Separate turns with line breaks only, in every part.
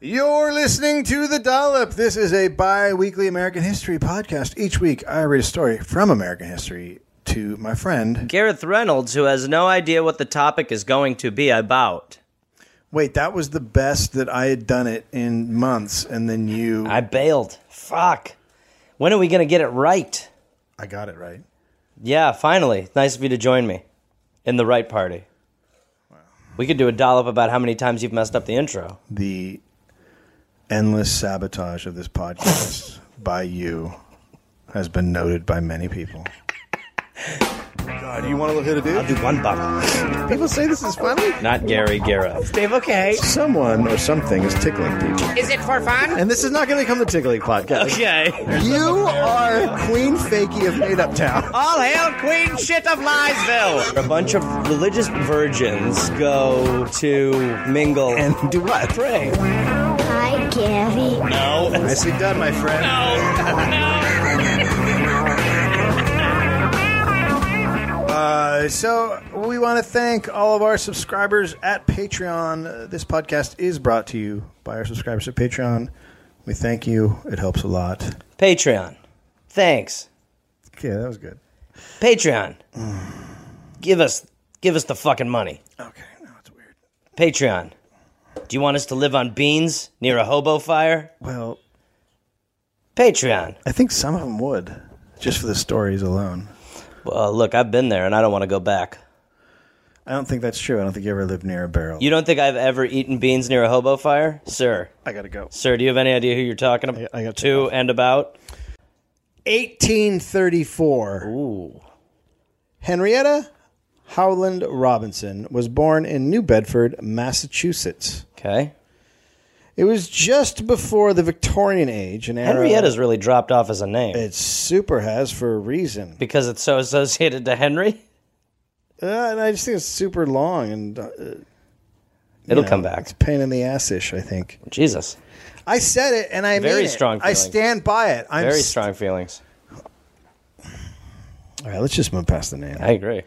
You're listening to The Dollop. This is a bi weekly American history podcast. Each week, I read a story from American history to my friend.
Gareth Reynolds, who has no idea what the topic is going to be about.
Wait, that was the best that I had done it in months, and then you.
I bailed. Fuck. When are we going to get it right?
I got it right.
Yeah, finally. Nice of you to join me in the right party. We could do a dollop about how many times you've messed up the intro.
The endless sabotage of this podcast by you has been noted by many people. God, you want to look at a
I'll do
dude?
one bubble.
People say this is funny.
Not Gary Gareth.
Dave, okay.
Someone or something is tickling people.
Is it for fun?
And this is not going to become the tickling podcast.
Okay.
You are Queen Fakey of Made Up Town.
All hail Queen Shit of Liesville! A bunch of religious virgins go to mingle and
And do what?
pray.
Hi, Gary.
No.
Nicely done, my friend. Uh, so we want to thank all of our subscribers at Patreon. Uh, This podcast is brought to you by our subscribers at Patreon. We thank you. It helps a lot.
Patreon. Thanks.
Okay, that was good.
Patreon. give us give us the fucking money.
Okay, now it's weird.
Patreon. Do you want us to live on beans near a hobo fire?
Well,
Patreon.
I think some of them would, just for the stories alone.
Well, look, I've been there and I don't want to go back.
I don't think that's true. I don't think you ever lived near a barrel.
You don't think I've ever eaten beans near a hobo fire? Sir.
I gotta go.
Sir, do you have any idea who you're talking about
I got
to and about?
1834.
Ooh.
Henrietta Howland Robinson was born in New Bedford, Massachusetts.
Okay.
It was just before the Victorian age, an era
Henrietta's really dropped off as a name
Uh, it super has for a reason.
because it's so associated to Henry.
Uh, and I just think it's super long and uh,
It'll
you
come
know,
back.
It's pain in the ass ish. I think
Jesus.
I said it, and I
Very
mean it.
strong
I
feeling.
stand by it. I'm
Very
s-
strong feelings.
All right, let's just move past the name.
I agree.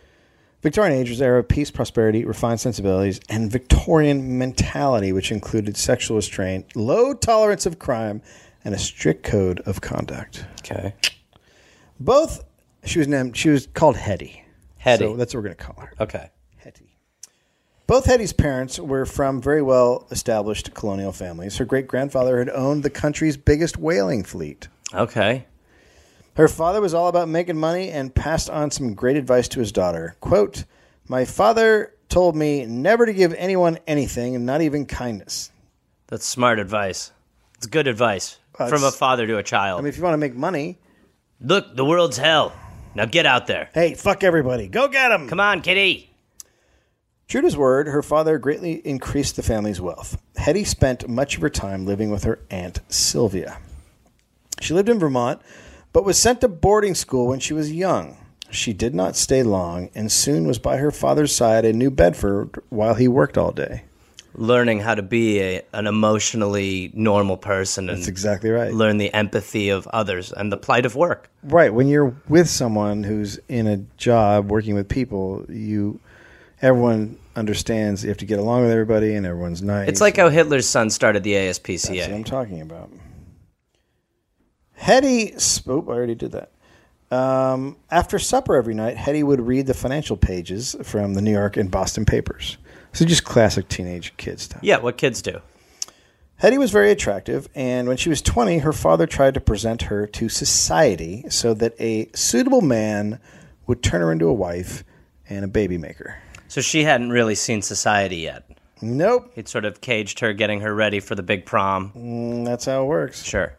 Victorian age was an era of peace, prosperity, refined sensibilities, and Victorian mentality, which included sexual restraint, low tolerance of crime, and a strict code of conduct.
Okay.
Both she was named she was called Hetty.
Hetty.
So that's what we're gonna call her.
Okay.
Hetty. Both Hetty's parents were from very well established colonial families. Her great grandfather had owned the country's biggest whaling fleet.
Okay.
Her father was all about making money and passed on some great advice to his daughter. Quote, My father told me never to give anyone anything, and not even kindness.
That's smart advice. It's good advice from a
it's-
father to a child.
I mean, if you want to make money,
Look, the world's hell. Now get out there.
hey, fuck everybody. Go get them.
Come on, kitty.
True to his word, her father greatly increased the family's wealth. Hetty spent much of her time living with her aunt Sylvia. She lived in Vermont, but was sent to boarding school when she was young. She did not stay long and soon was by her father's side in New Bedford while he worked all day.
Learning how to be a, an emotionally normal person and
That's exactly right.
learn the empathy of others and the plight of work.
Right. When you're with someone who's in a job working with people, you everyone understands you have to get along with everybody and everyone's nice.
It's like how Hitler's son started the
That's what I'm
ASPCA.
talking about. Hetty, oop, I already did that. Um, after supper every night, Hetty would read the financial pages from the New York and Boston papers. So just classic teenage kid stuff.
Yeah, what kids do.
Hetty was very attractive, and when she was 20, her father tried to present her to society so that a suitable man would turn her into a wife and a baby maker.
So she hadn't really seen society yet.
Nope,
It sort of caged her, getting her ready for the big prom.
Mm, that's how it works.
Sure.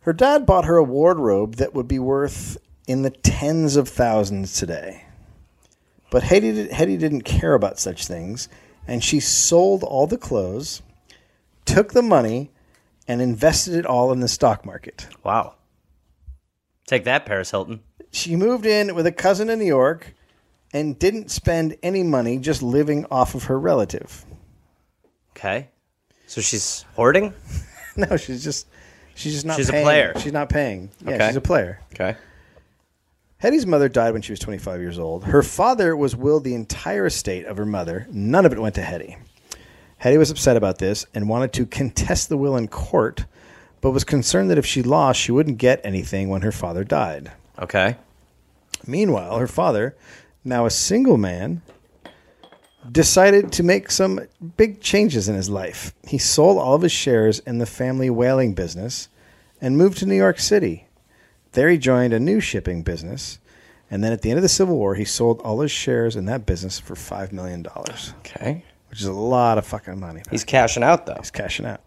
Her dad bought her a wardrobe that would be worth in the tens of thousands today. But Hetty, did, Hetty didn't care about such things, and she sold all the clothes, took the money, and invested it all in the stock market.
Wow. Take that, Paris Hilton.
she moved in with a cousin in New York and didn't spend any money just living off of her relative.
Okay. So she's hoarding?
No, she's just she's just not
She's a
paying.
player.
She's not paying. Yeah,
Okay.
she's a player.
Okay.
Hetty's mother died when she was 25 years old. Her father was willed the entire estate of her mother. None of it went to Hetty. Hetty was upset about this and wanted to contest the will in court, but was concerned that if she lost, she wouldn't get anything when her father died.
Okay.
Meanwhile, her father, now a single man, decided to make some big changes in his life. He sold all of his shares in the family whaling business and moved to New York City. There he joined a new shipping business. And then at the end of the Civil War, he sold all his shares in that business for $5 million, which
Okay.
is a lot of fucking money.
He's cashing out though.
He's cashing out.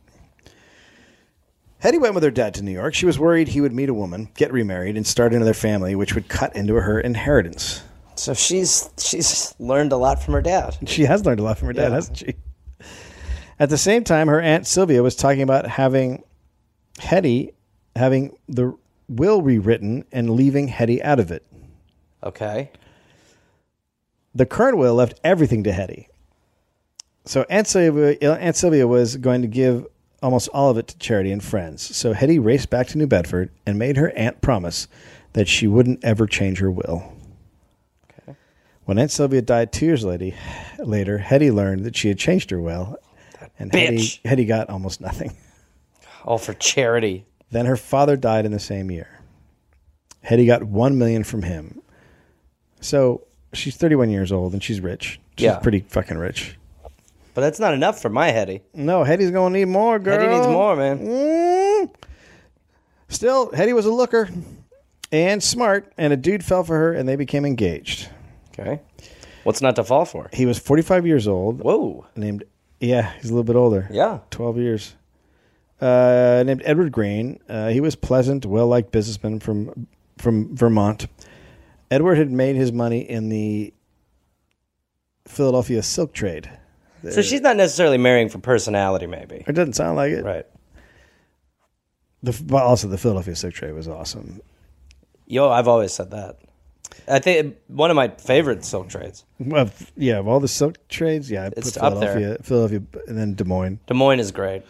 Hetty went with her dad to New York. She was worried he would meet a woman, get remarried, and start another family, which would cut into her inheritance.
So she's she's learned a lot from her dad.
She has learned a lot from her dad,
Yeah.
hasn't she? At the same time, her aunt Sylvia was talking about having Hetty having the will rewritten and leaving Hetty out of it.
Okay.
The current will left everything to Hetty. So Aunt Sylvia, Aunt Sylvia was going to give almost all of it to charity and friends. So Hetty raced back to New Bedford and made her aunt promise that she wouldn't ever change her will. When Aunt Sylvia died two years later, later Hetty learned that she had changed her will, and Hetty,
bitch.
Hetty got almost nothing.
All for charity.
Then her father died in the same year. Hetty got one million from him. So she's 31 years old and she's rich. She's
Yeah.
pretty fucking rich.
But that's not enough for my Hetty.
No, Hetty's gonna need more, girl.
Hetty needs more, man.
Mm. Still, Hetty was a looker and smart, and a dude fell for her, and they became engaged.
Okay. What's not to fall for?
He was 45 years old.
Whoa.
Named, yeah, he's a little bit older.
Yeah.
12 years. Uh, named Edward Green. Uh, he was pleasant, well liked businessman from from Vermont. Edward had made his money in the Philadelphia silk trade.
So she's not necessarily marrying for personality, maybe.
It doesn't sound like it.
Right.
The, but also, the Philadelphia silk trade was awesome.
Yo, I've always said that. I think one of my favorite silk trades.
Well, f- yeah, of all the silk trades, yeah, I
It's
put
up there.
Philadelphia, Philadelphia, and then Des Moines.
Des Moines is great.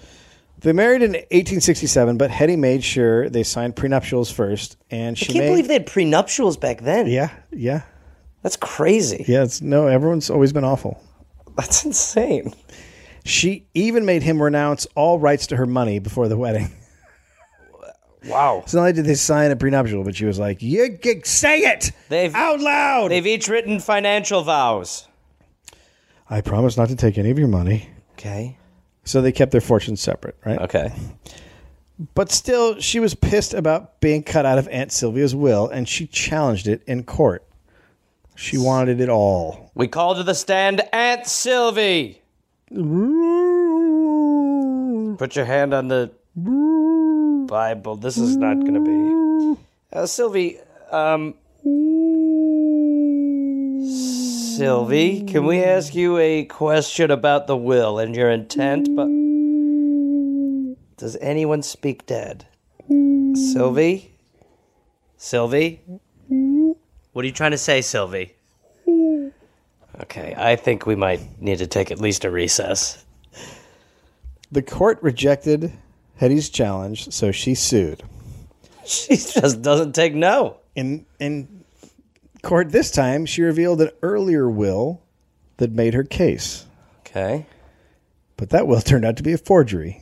They married in 1867, but Hetty made sure they signed prenuptials first, and she
I can't
made,
believe they had prenuptials back then.
yeah, yeah,
That's crazy.
yeah. It's no, everyone's always been awful.
That's insane.
She even made him renounce all rights to her money before the wedding.
Wow.
So not only did they sign a prenuptial, but she was like, "You g- say it
They've-
out loud."
They've each written financial vows.
I promise not to take any of your money.
Okay.
So they kept their fortunes separate, right?
Okay.
But still, she was pissed about being cut out of Aunt Sylvia's will, and she challenged it in court. She wanted it all.
We call to the stand Aunt Sylvie. Put your hand on the Bible. This is not going to be. Uh, Sylvie, um. Sylvie, can we ask you a question about the will and your intent? But does anyone speak dead? Sylvie, Sylvie, what are you trying to say, Sylvie? Okay, I think we might need to take at least a recess.
The court rejected Hetty's challenge, so she sued.
She just doesn't take no.
In in court this time, she revealed an earlier will that made her case,
Okay.
but that will turned out to be a forgery.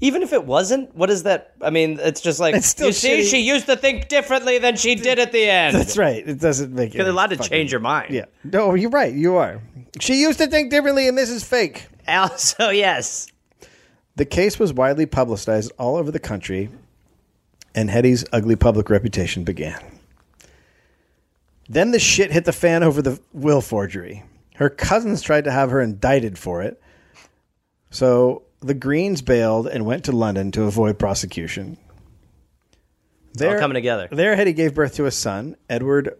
Even if it wasn't, what is that? I mean, it's just like
It's still
you see,
shitty.
she used to think differently than she did at the end.
That's right. It doesn't make it.
You're allowed to change your mind.
Yeah. No, you're right. You are. She used to think differently, and this is fake.
Also, yes.
The case was widely publicized all over the country, and Hetty's ugly public reputation began. Then the shit hit the fan over the will forgery. Her cousins tried to have her indicted for it. So the Greens bailed and went to London to avoid prosecution. They're
coming together.
There, Hetty gave birth to a son, Edward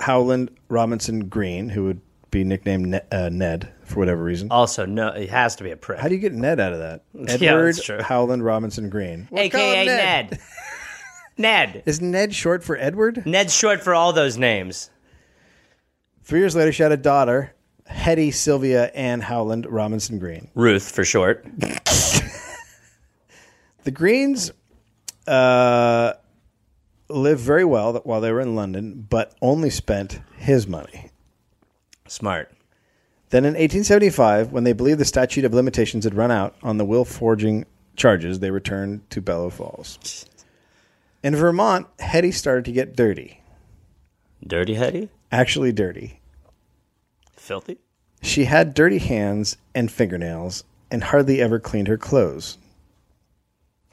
Howland Robinson Green, who would be nicknamed ne- uh, Ned for whatever reason.
Also, no, it has to be a prick.
How do you get Ned out of that? Edward
Yeah, that's true.
Howland Robinson Green. We'll
AKA
call him
Ned. Ned.
Is Ned short for Edward?
Ned's short for all those names.
Three years later, she had a daughter, Hetty Sylvia Ann Howland Robinson Green.
Ruth for short.
The Greens uh, lived very well while they were in London, but only spent his money.
Smart.
Then in 1875, when they believed the statute of limitations had run out on the will forging charges, they returned to Bellow Falls. In Vermont, Hetty started to get dirty,
Dirty Hetty?
actually dirty.
Filthy?
She had dirty hands and fingernails and hardly ever cleaned her clothes.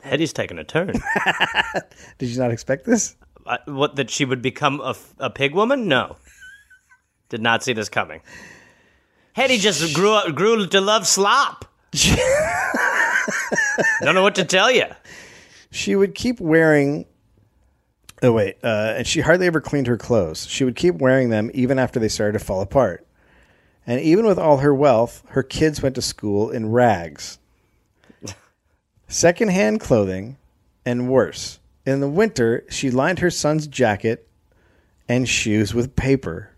Hetty's taking a turn.
Did you not expect this?
I, what, that she would become a, f- a pig woman? No. Did not see this coming. Hetty just grew up, grew to love slop. Don't know what to tell you.
she would keep wearing oh wait uh, and she hardly ever cleaned her clothes she would keep wearing them even after they started to fall apart and even with all her wealth her kids went to school in rags secondhand clothing and worse in the winter she lined her son's jacket and shoes with paper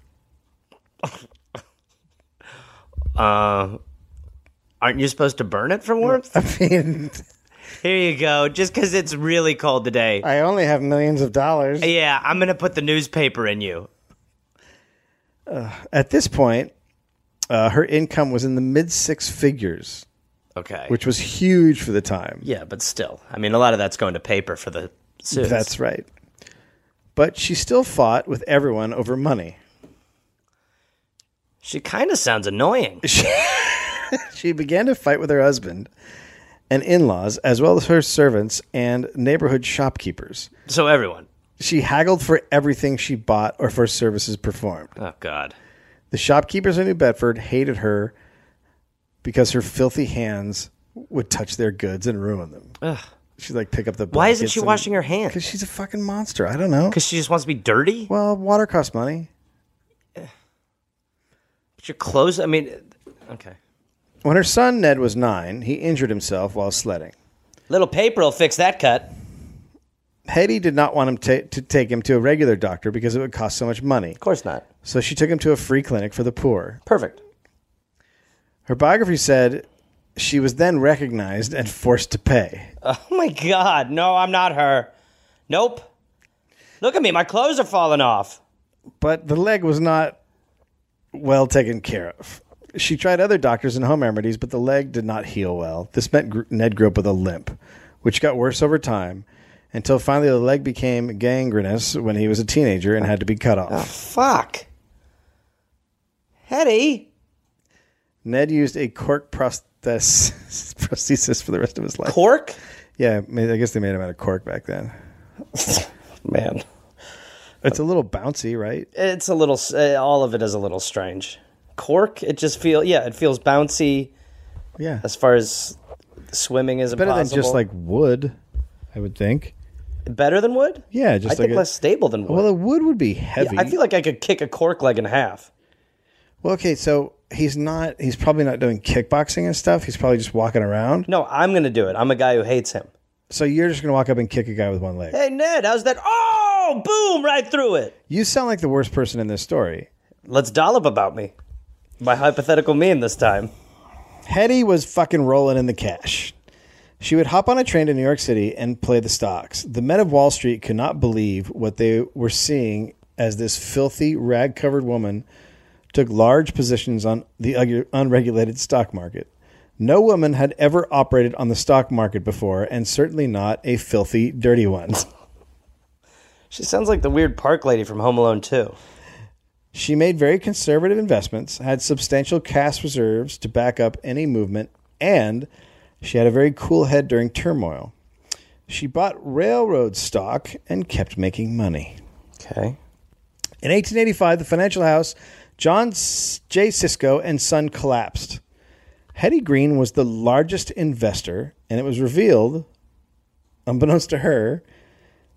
Uh, Aren't you supposed to burn it for warmth?
i mean
Here you go. Just because it's really cold today.
i only have millions of dollars
Yeah, I'm gonna put the newspaper in you.
at this point uh, her income was in the mid six figures
Okay.
which was huge for the time
yeah, but still, I mean, a lot of that's going to paper for the suits.
That's right. But she still fought with everyone over money.
she kind of sounds annoying.
She began to fight with her husband and in laws, as well as her servants and neighborhood shopkeepers.
So everyone.
She haggled for everything she bought or for services performed.
Oh God.
The shopkeepers in New Bedford hated her because her filthy hands would touch their goods and ruin them. She'd like pick up the.
Why isn't she washing her
Because
hands?
she's a fucking monster. I don't know.
Because she just wants to be dirty.
Well, water costs money.
But your clothes. I mean, okay.
When her son Ned was nine, he injured himself while sledding.
Little paper will fix that cut.
Hetty did not want him ta- to take him to a regular doctor because it would cost so much money.
Of course not.
So she took him to a free clinic for the poor.
Perfect.
Her biography said she was then recognized and forced to pay.
Oh my God. No, I'm not her. Nope. Look at me. My clothes are falling off.
But the leg was not well taken care of. She tried other doctors and home remedies, but the leg did not heal well. This meant gr- Ned grew up with a limp, which got worse over time until finally the leg became gangrenous when he was a teenager and had to be cut off.
Oh. Fuck. Hetty.
Ned used a cork prosthesis, prosthesis for the rest of his life.
Cork?
Yeah, I mean, I guess they made him out of cork back then.
Man.
It's a little bouncy, right?
It's a little, uh, all of it is a little strange. Cork, it just feels, yeah, it feels bouncy
Yeah,
as far as swimming is
better than
impossible.
just like wood, I would think.
better than wood?
Yeah, just
I
like
think
a-
less stable than wood.
Well, the wood would be heavy.
I feel like I could kick a cork leg in half.
well, okay, so he's not. He's probably not doing kickboxing and stuff. He's probably just walking around.
No, I'm going to do it. I'm a guy who hates him.
So you're just gonna walk up and kick a guy with one leg.
Hey, Ned, how's that? Oh, boom, right through it.
You sound like the worst person in this story.
Let's dollop about me. My hypothetical mean this time.
Hetty was fucking rolling in the cash. She would hop on a train to New York City and play the stocks. The men of Wall Street could not believe what they were seeing as this filthy, rag covered woman took large positions on the unregu- unregulated stock market. No woman had ever operated on the stock market before, and certainly not a filthy, dirty one.
She sounds like the weird park lady from Home Alone 2.
She made very conservative investments, had substantial cash reserves to back up any movement, and she had a very cool head during turmoil. She bought railroad stock and kept making money.
Okay.
In 1885, the financial house John S- J. Cisco and Son collapsed. Hetty Green was the largest investor, and it was revealed, unbeknownst to her,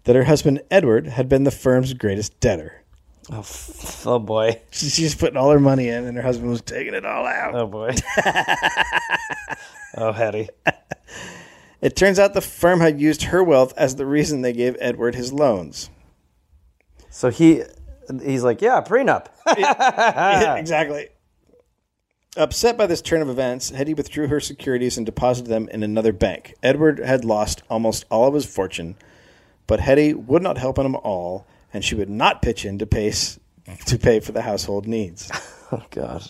that her husband Edward had been the firm's greatest debtor.
Oh, f- oh boy.
She's putting all her money in, and her husband was taking it all out.
Oh, boy. oh, Hetty.
It turns out the firm had used her wealth as the reason they gave Edward his loans.
So he he's like, yeah, prenup.
exactly. Upset by this turn of events, Hetty withdrew her securities and deposited them in another bank. Edward had lost almost all of his fortune, but Hetty would not help him all, and she would not pitch in to pay, s- to pay for the household needs.
oh, God.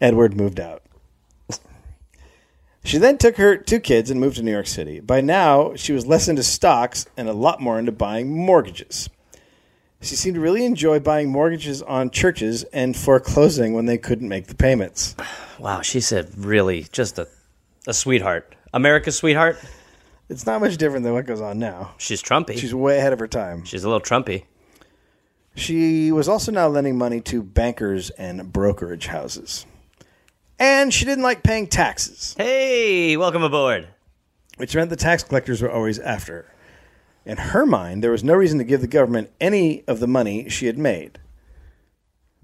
Edward moved out. She then took her two kids and moved to New York City. By now, she was less into stocks and a lot more into buying mortgages. She seemed to really enjoy buying mortgages on churches and foreclosing when they couldn't make the payments.
Wow, she said really just a, a sweetheart. America's sweetheart.
It's not much different than what goes on now.
She's Trumpy.
She's
She's,
way ahead of her time.
a little Trumpy.
She was also now lending money to bankers and brokerage houses. And she didn't like paying taxes,
Hey, welcome aboard.
which meant the tax collectors were always after her. In her mind, there was no reason to give the government any of the money she had made.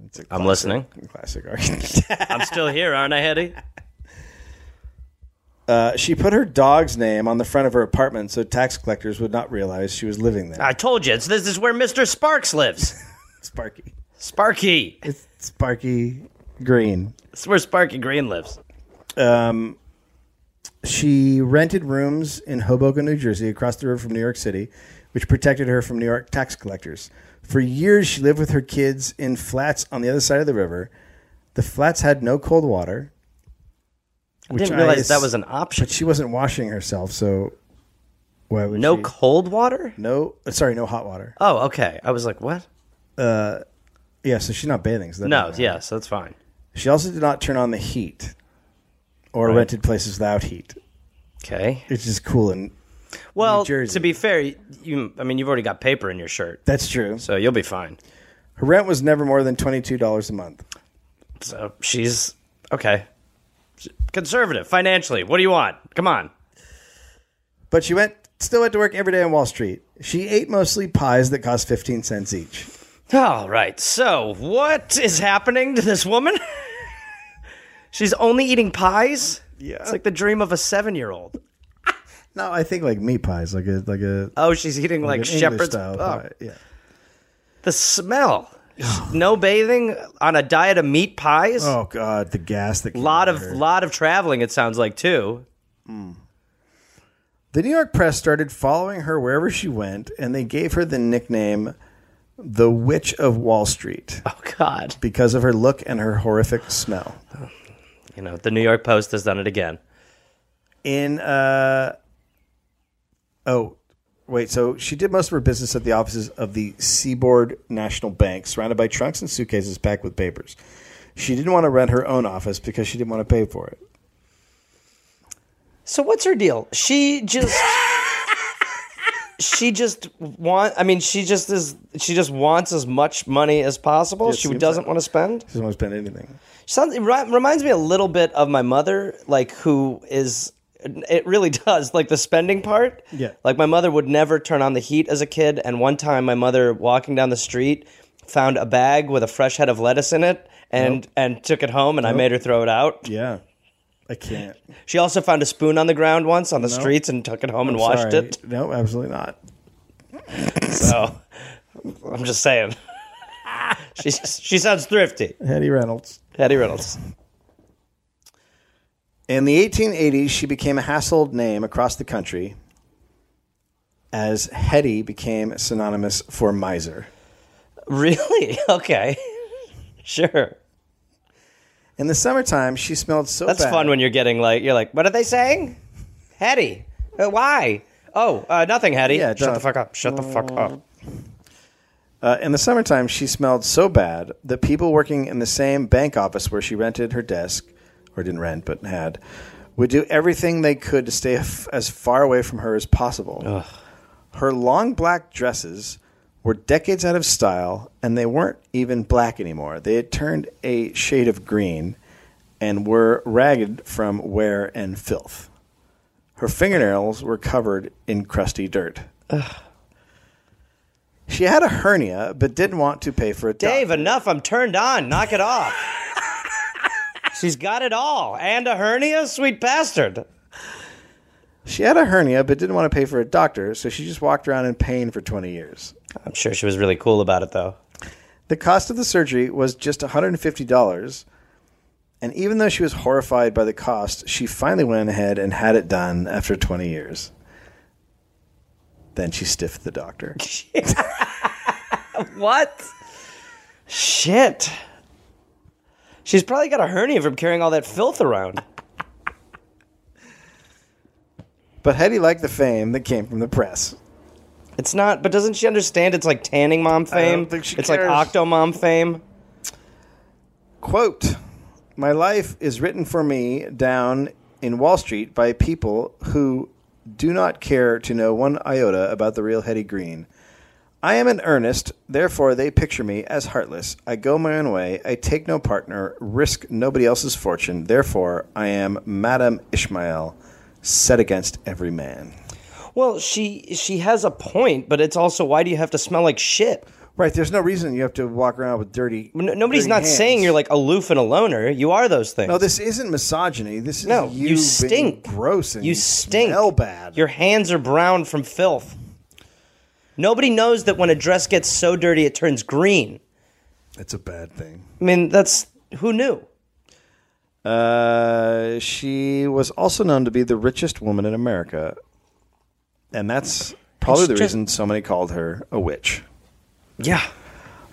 It's a
I'm
classic-
listening.
Classic argument.
I'm still here, aren't I, Hetty?
Uh, she put her dog's name on the front of her apartment so tax collectors would not realize she was living there.
I told you, it's, this is where Mr. Sparks lives.
Sparky.
Sparky.
It's Sparky Green.
It's where Sparky Green lives.
Um, She rented rooms in Hoboken, New Jersey, across the river from New York City, which protected her from New York tax collectors. For years, she lived with her kids in flats on the other side of the river. The flats had no cold water.
I didn't realize that was an option.
But she wasn't washing herself, so why would
No
she?
cold water?
no? uh, Sorry, no hot water.
Oh, okay. I was like, what?
Yeah, so she's not bathing. So that
No,
doesn't matter.
yeah, so that's fine.
She also did not turn on the heat, or rented places without heat,
Okay.
which is cool and
Well,
Jersey.
to be fair, you, I mean, you've already got paper in your shirt,
that's true.
so you'll be fine.
Her rent was never more than twenty two dollars a month.
So she's okay. Conservative financially. What do you want? Come on.
But she went still went to work every day on Wall Street. She ate mostly pies that cost 15 cents each.
All right. So, what is happening to this woman? She's only eating pies?
Yeah.
It's like the dream of a 7-year-old.
No, I think like meat pies, like a like a
Oh, she's eating like,
an English
shepherd's
style
oh,
pie. Yeah.
The smell. no bathing on a diet of meat pies?
Oh god, the gas that came
lot
out
of
her.
lot of traveling it sounds like too.
The New York press started following her wherever she went and they gave her the nickname the Witch of Wall Street
Oh god.
because of her look and her horrific smell.
You know, the New York Post has done it again.
in uh oh wait so she did most of her business at the offices of the seaboard national bank surrounded by trunks and suitcases packed with papers she didn't want to rent her own office because she didn't want to pay for it
So what's her deal? She just she just want I mean she just is she just wants as much money as possible.
It
she
seems
doesn't
that
want to spend.
she doesn't want to spend anything
Sounds it ri- reminds me a little bit of my mother like who is it really does like the spending part.
Yeah.
Like my mother would never turn on the heat as a kid and one time my mother walking down the street found a bag with a fresh head of lettuce in it and and took it home and I made her throw it out.
yeah i can't
She also found a spoon on the ground once on the streets and took it home and washed
Sorry.
it.
no absolutely not
So I'm just saying. she she sounds thrifty.
hetty reynolds
Eddie Reynolds.
in the 1880s she became a household name across the country as hetty became synonymous for miser
Really? Okay. Sure.
in the summertime she smelled so
That's
bad
fun when you're getting like you're like, what are they saying? Hetty. Uh, why? Oh, uh, nothing, Hetty.
Yeah, Mm,
Shut
duh.
the fuck up. Shut the fuck up.
Uh, in the summertime, she smelled so bad that people working in the same bank office where she rented her desk, or didn't rent, but had, would do everything they could to stay f- as far away from her as possible. Her long black dresses were decades out of style, and they weren't even black anymore. They had turned a shade of green and were ragged from wear and filth. Her fingernails were covered in crusty dirt. She had a hernia, but didn't want to pay for a
Dave,
doctor.
enough. I'm turned on. Knock it off. She's got it all. And a hernia, sweet bastard.
She had a hernia, but didn't want to pay for a doctor, so she just walked around in pain for 20 years.
I'm sure she was really cool about it though.
The cost of the surgery was just $150, and even though she was horrified by the cost, she finally went ahead and had it done after 20 years. Then she stiffed the doctor.
What? Shit. She's probably got a hernia from carrying all that filth around.
But Hetty liked the fame that came from the press.
It's not, but doesn't she understand it's like tanning mom fame?
think she
it's
cares.
like octo mom fame.
Quote My life is written for me down in Wall Street by people who do not care to know one iota about the real Hetty Green. I am in earnest, therefore they picture me as heartless. I go my own way, I take no partner, risk nobody else's fortune, therefore I am Madame Ishmael, set against every man.
Well, she she has a point, but it's also why do you have to smell like shit?
Right, there's no reason you have to walk around with dirty.
No, nobody's
dirty
not
hands.
saying you're like aloof and a loner. You are those things.
No, this isn't misogyny. This is
No,
you,
you,
being
stink.
gross, and
you stink.
Smell bad.
Your hands are brown from filth. Nobody knows that when a dress gets so dirty, it turns green.
That's a bad thing.
I mean, that's who knew.
Uh, she was also known to be the richest woman in America, and that's probably the
just-
reason so many called her a witch.
Yeah.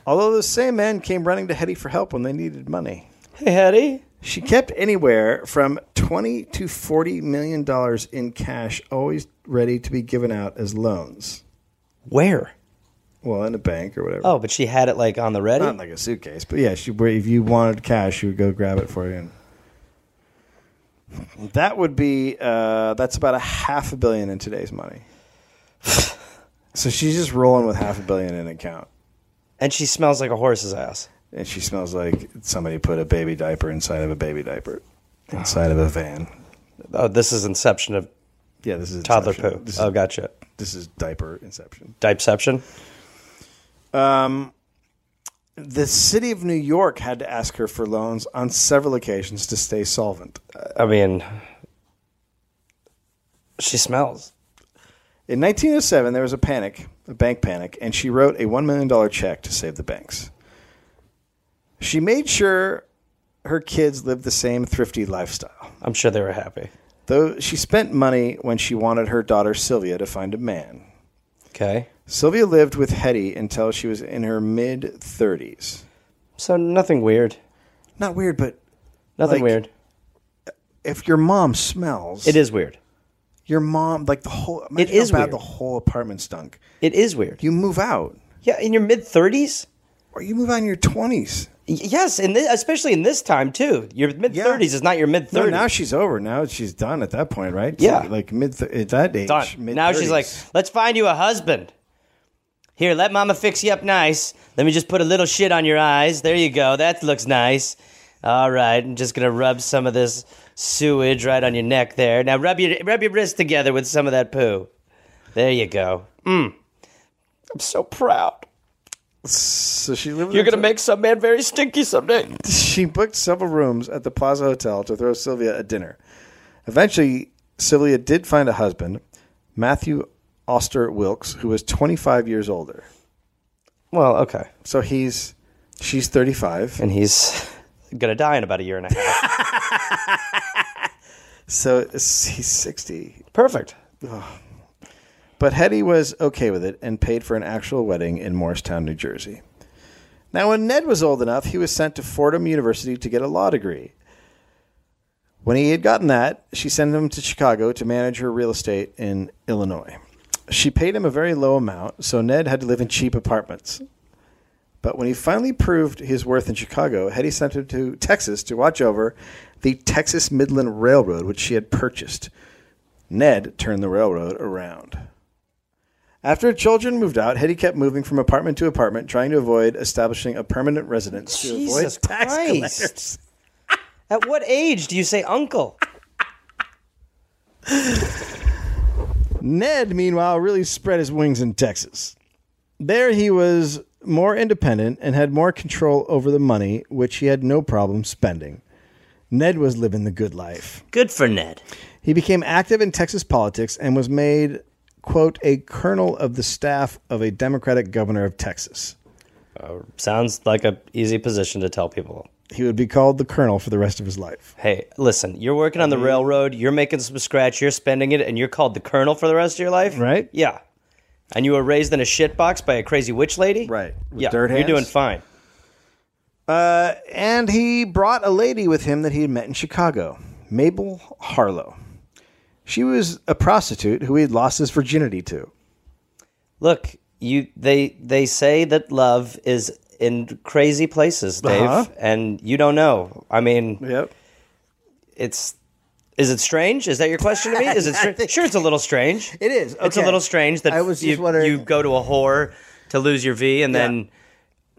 Although those same men came running to Hetty for help when they needed money.
Hey, Hattie.
She kept anywhere from twenty to forty million dollars in cash, always ready to be given out as loans.
Where?
Well, in a bank or whatever.
Oh, but she had it like on the ready.
not like a suitcase, but yeah, she where if you wanted cash, she would go grab it for you. And that would be uh, that's about a half a billion in today's money. so she's just rolling with half a billion in account,
and she smells like a horse's ass.
and she smells like somebody put a baby diaper inside of a baby diaper inside of a van.
Oh, this is inception of
Yeah, this is
toddler
inception.
poo.
This is,
Oh, gotcha.
this is diaper inception.
Dipeception.
The city of New York had to ask her for loans on several occasions to stay solvent.
I mean, she smells.
In 1907, there was a panic, a bank panic, and she wrote a $1 million check to save the banks. She made sure her kids lived the same thrifty lifestyle,
I'm sure they were happy.
though she spent money when she wanted her daughter Sylvia to find a man.
Okay.
Sylvia lived with Hetty until she was in her mid 30s.
So nothing weird.
Not weird, but
Nothing
Like-
weird.
if your mom smells,
It is weird.
your mom, like the whole, imagine
is
how bad
weird.
the whole apartment stunk.
It is weird.
You move out,
Yeah, in your mid 30s?
or you move out in your 20s.
Yes, in this, especially in this time too. Your mid 30s is not your mid 30s.
No, now she's over. Now she's done at that point, right?
Yeah.
like, like mid th- at that age.
Done.
mid-
Now she's like,
30s.
let's find you a husband. Here, let mama fix you up nice. Let me just put a little shit on your eyes. There you go. That looks nice. All right, I'm just gonna rub some of this sewage right on your neck there. Now rub your rub your wrist together with some of that poo. There you go. Mm. I'm so proud.
so she lived.
You're gonna make some man very stinky someday.
She booked several rooms at the Plaza Hotel to throw Sylvia a dinner. Eventually, Sylvia did find a husband, Matthew Oster Wilkes, who was 25 years older.
Well, okay.
So he's she's 35.
And he's gonna die in about a year and a half.
So it's- he's 60.
Perfect.
But Hetty was okay with it and paid for an actual wedding in Morristown, New Jersey. Now, when Ned was old enough, he was sent to Fordham University to get a law degree. When he had gotten that, she sent him to Chicago to manage her real estate in Illinois. She paid him a very low amount, so Ned had to live in cheap apartments. But when he finally proved his worth in Chicago, Hetty sent him to Texas to watch over the Texas Midland Railroad, which she had purchased. Ned turned the railroad around. After her children moved out, Hetty kept moving from apartment to apartment, trying to avoid establishing a permanent residence to avoid
Jesus
tax
Christ.
collectors.
At what age do you say uncle?
Ned, meanwhile, really spread his wings in Texas. There he was more independent and had more control over the money, which he had no problem spending. Ned was living the good life.
Good for Ned.
He became active in Texas politics and was made, quote, a colonel of the staff of a Democratic governor of Texas.
Sounds like a easy position to tell people.
He would be called the colonel for the rest of his life.
Hey, listen, you're working
Mm-hmm.
on the railroad, you're making some scratch, you're spending it, and you're called the colonel for the rest of your life?
Right.
Yeah. And you were raised in a shitbox by a crazy witch lady?
Right. With
yeah.
dirt
you're doing
hands?
fine.
Uh, and he brought a lady with him that he had met in Chicago, Mabel Harlow. She was a prostitute who he had lost his virginity to.
Look, you they they say that love is in crazy places, Dave,
Uh-huh.
and you don't know. I mean,
Yep.
it's is it strange? Is that your question to me? Is it str- sure? It's a little strange.
It is.
It's a
okay.
little strange that
I was
you,
just wondering.
you go to a whore to lose your V and then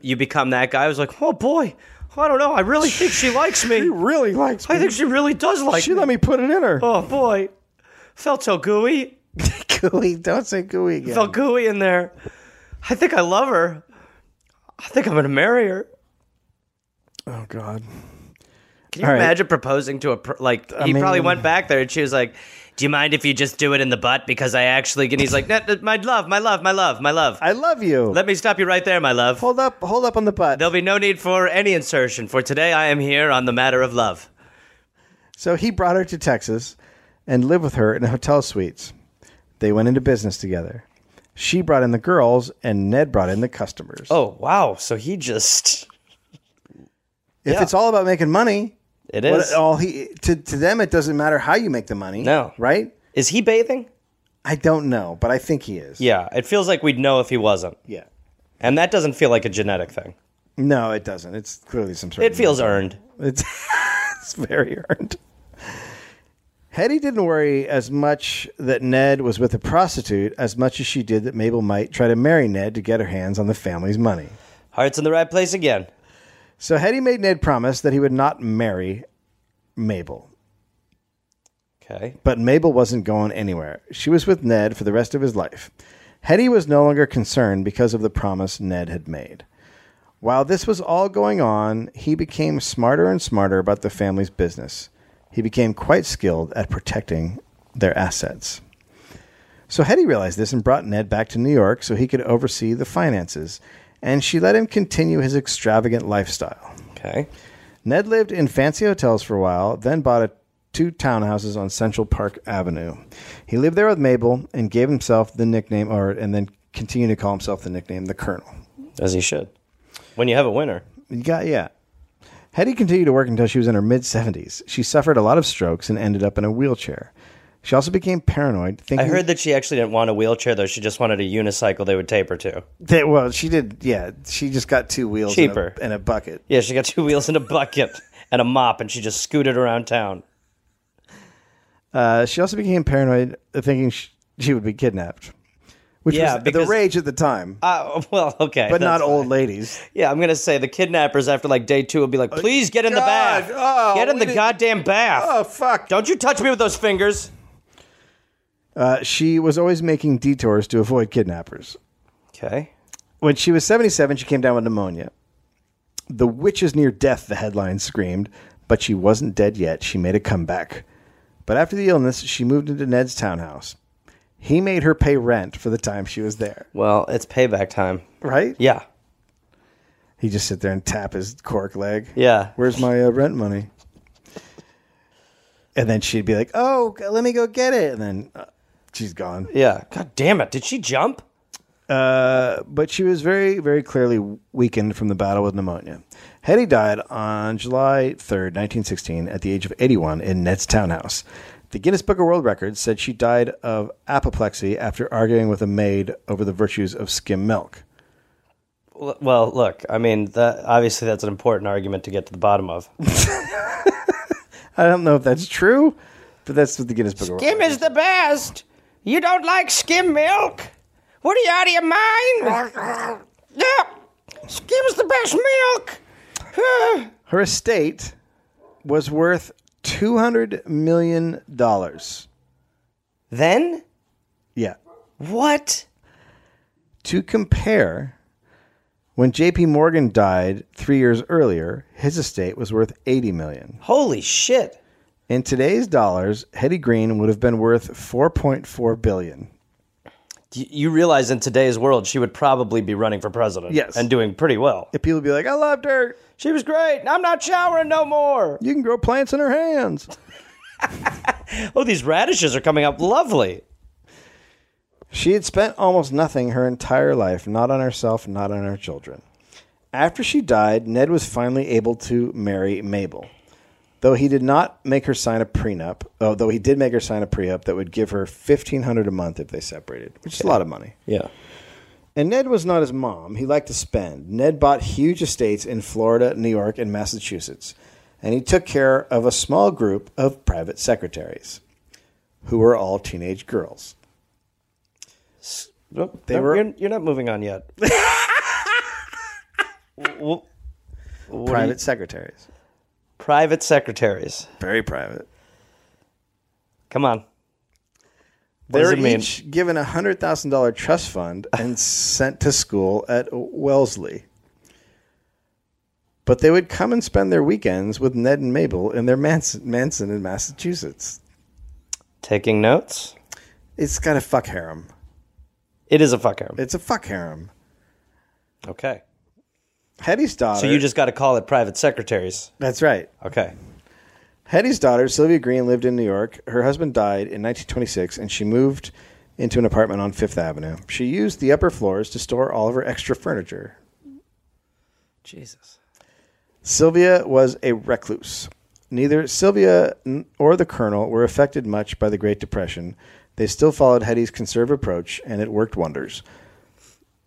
you become that guy. I was like, oh boy, I don't know. I really think she likes
She
me.
really likes me.
I think she really does like
she
me.
let me put it in her.
Oh boy, felt so gooey.
Gooey. Don't say gooey again.
Felt gooey in there. I think I love her. I think I'm gonna marry her.
oh, God.
Can you
All right.
imagine proposing to a pr- like? he probably
mean-
went back there and she was like, "Do you mind if you just do it in the butt?" Because I actually, and he's like, "No, no, "My love, my love, my love, my love."
I love you.
Let me stop you right there, my love.
hold up. Hold up on the butt.
There'll be no need for any insertion, for today I am here on the matter of love.
So he brought her to Texas and lived with her in hotel suites. They went into business together. She brought in the girls, and Ned brought in the customers.
Oh wow! So he just
if
yeah.
it's all about making money,
it
what-
oh.
is.
all he to, to them it doesn't matter how you make the money.
No.
right?
Is he bathing?
I don't know, but I think he is.
Yeah, it feels like we'd know if he wasn't,
yeah.
and that doesn't feel like a genetic thing.
No, it doesn't. It's clearly some sort.
It
of
feels earned.
It's, it's very earned. Hetty didn't worry as much that Ned was with a prostitute as much as she did that Mabel might try to marry Ned to get her hands on the family's money.
Heart's in the right place again.
So Hetty made Ned promise that he would not marry Mabel.
Okay.
But Mabel wasn't going anywhere. She was with Ned for the rest of his life. Hetty was no longer concerned because of the promise Ned had made. While this was all going on, he became smarter and smarter about the family's business. He became quite skilled at protecting their assets. So Hetty realized this and brought Ned back to New York so he could oversee the finances, and she let him continue his extravagant lifestyle.
Okay.
Ned lived in fancy hotels for a while, then bought a, two townhouses on Central Park Avenue. He lived there with Mabel and gave himself the nickname, or and then continued to call himself the nickname, the Colonel.
As he should. When you have a winner.
You got yeah. Hetty continued to work until she was in her mid seventies. She suffered a lot of strokes and ended up in a wheelchair. She also became paranoid,
I
thinking
heard that she actually didn't want a wheelchair though. She just wanted a unicycle they would tape her to.
that. Well, she did. Yeah, she just got two wheels and a-
Cheaper.
and a bucket.
Yeah, she got two wheels and a bucket and a mop and she just scooted around town.
Uh, she also became paranoid, uh, thinking she, she would be kidnapped, which
Yeah,
was
because-
the rage at the time.
Uh, well, okay.
but not
that's-
old ladies.
Yeah, I'm going to say the kidnappers after like day two will be like, please get in the
Uh, God.
bath.
Oh,
get in
we
the
didn't- Oh,
goddamn bath.
fuck.
Don't you touch me with those fingers.
Uh, she was always making detours to avoid kidnappers.
Okay.
When she was 77, she came down with pneumonia. The witch is near death, the headline screamed, but she wasn't dead yet. She made a comeback. But after the illness, she moved into Ned's townhouse. He made her pay rent for the time she was there,
Well, it's payback time.
right?
Yeah.
He just sit there and tap his cork leg.
Yeah.
Where's my uh, rent money? And then she'd be like, "Oh, let me go get it." And then uh, she's gone.
Yeah. God damn it. Did she jump?
Uh, but she was very, very clearly weakened from the battle with pneumonia. Hetty died on July 3rd, 1916, at the age of 81 in Ned's townhouse. The Guinness Book of World Records said she died of apoplexy after arguing with a maid over the virtues of skim milk.
L- Well, look, I mean, that, obviously that's an important argument to get to the bottom of.
I don't know if that's true, but that's what the Guinness Book of World Records.
is the best. You don't like skim milk? What are you out of your mind? yeah, skim's the best milk.
Her estate was worth $200 million.
Then
Yeah.
what?
To compare, when JP Morgan died 3 years earlier, his estate was worth 80 million.
Holy shit!
In today's dollars, Hetty Green would have been worth 4.4 billion.
You, you realize in today's world, she would probably be running for president.
Yes.
and doing pretty well.
If people would be like, "I loved her.
She was great. I'm not showering no more.
You can grow plants in her hands."
Oh, these radishes are coming up lovely.
She had spent almost nothing her entire life, not on herself, not on her children. After she died, Ned was finally able to marry Mabel. Though he did not make her sign a prenup, oh, though he did make her sign a prenup that would give her 1500 a month if they separated, which is a lot of money.
Yeah.
And Ned was not his mom. He liked to spend. Ned bought huge estates in Florida, New York, and Massachusetts, and he took care of a small group of private secretaries who were all teenage girls.
Nope,
They
nope,
were-
You're, you're not moving on yet. W-
private secretaries.
Private secretaries.
Very private.
Come on.
They
does
were
it mean?
each given a $100,000 trust fund and sent to school at Wellesley. But they would come and spend their weekends with Ned and Mabel in their Manson, Manson in Massachusetts.
Taking notes.
It's got a fuck harem.
It is a fucker.
It's a fuck harem.
Okay.
Hetty's daughter.
So you just got to call it private secretaries.
That's right.
Okay.
Hetty's daughter, Sylvia Green, lived in New York. Her husband died in 1926, and she moved into an apartment on Fifth Avenue. She used the upper floors to store all of her extra furniture.
Jesus.
Sylvia was a recluse. Neither Sylvia n- or the Colonel were affected much by the Great Depression. They still followed Hetty's conservative approach, and it worked wonders.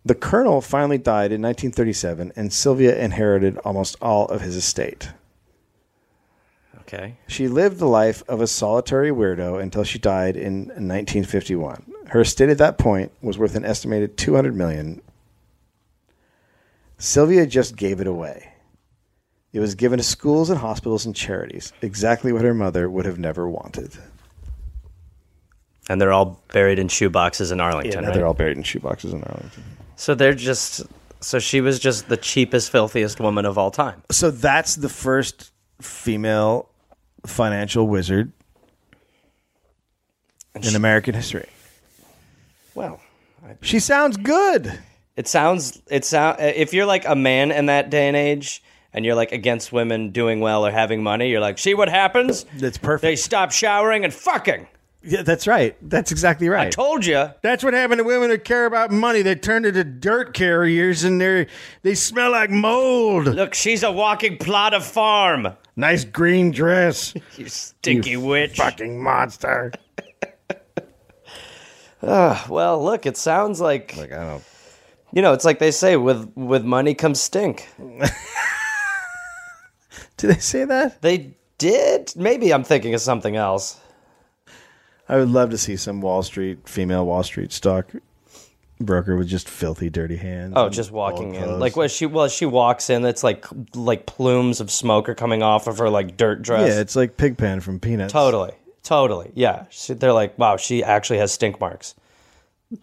The Colonel finally died in 1937, and Sylvia inherited almost all of his estate.
Okay.
She lived the life of a solitary weirdo until she died in 1951. Her estate at that point was worth an estimated 200 million. Sylvia just gave it away. It was given to schools and hospitals and charities, exactly what her mother would have never wanted.
And they're all buried in shoeboxes in Arlington,
And
right?
they're all buried in shoeboxes in Arlington.
so they're just. So she was just the cheapest, filthiest woman of all time.
So that's the first female financial wizard in American history.
Well,
She sounds good.
it sounds it sound if you're like a man in that day and age and you're like against women doing well or having money, you're like, "See what happens?
That's perfect.
They stop showering and fucking."
Yeah, that's right. That's exactly right.
Told you.
that's what happened to women who care about money. They turn into dirt carriers, and they they smell like mold.
Look, she's a walking plot of farm.
Nice green dress,
You stinky witch.
fucking monster.
Well, look, it sounds like
Like I don't.
you know, it's like they say with with money comes stink.
Do they say that?
They did. Maybe I'm thinking of something else.
I would love to see some Wall Street female Wall Street stock broker with just filthy, dirty hands.
Oh,
and
just walking
old
in.
clothes.
Like well, she well, she walks in, it's like like plumes of smoke are coming off of her like dirt dress.
yeah, it's like Pigpen from Peanuts.
Totally. Totally. Yeah. She, they're like, wow, she actually has stink marks.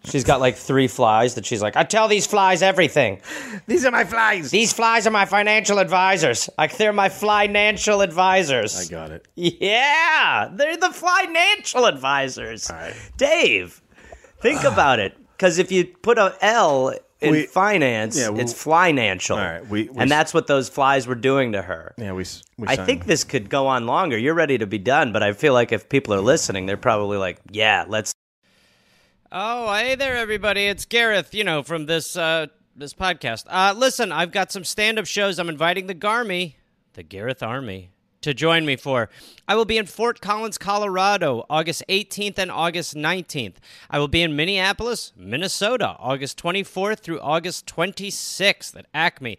She's got like three flies that she's like, I tell these flies everything.
These are my flies.
These flies are my financial advisors. Like, they're my financial
I
advisors.
got it.
Yeah, they're the financial advisors. Dave, think about it. Because if you put a L in
We-
finance,
yeah, we-
it's financial.
All right, we- we-
and that's what those flies were doing to her.
Yeah, we. s- we
I
signed-
think this could go on longer. You're ready to be done, but I feel like if people are listening, they're probably like, yeah, let's.
Oh, hey there, everybody. It's Gareth, you know, from this uh, this podcast. Uh, listen, I've got some stand up shows I'm inviting the Garmy, the Gareth Army, to join me for. I will be in Fort Collins, Colorado, August 18th and August 19th. I will be in Minneapolis, Minnesota, August 24th through August 26th at Acme.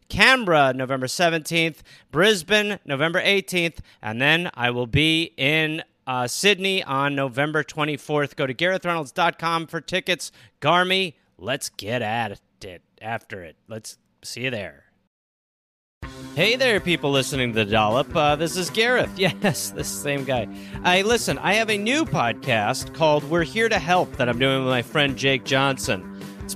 Canberra November 17th, Brisbane November 18th, and then I will be in uh, Sydney on November 24th. Go to GarethReynolds.com for tickets. Garmy, let's get at it after it. Let's see you there. Hey there, people listening to the Dollop. Uh, this is Gareth. Yes, this same guy. I listen. I have a new podcast called "We're Here to Help" that I'm doing with my friend Jake Johnson. It's
It's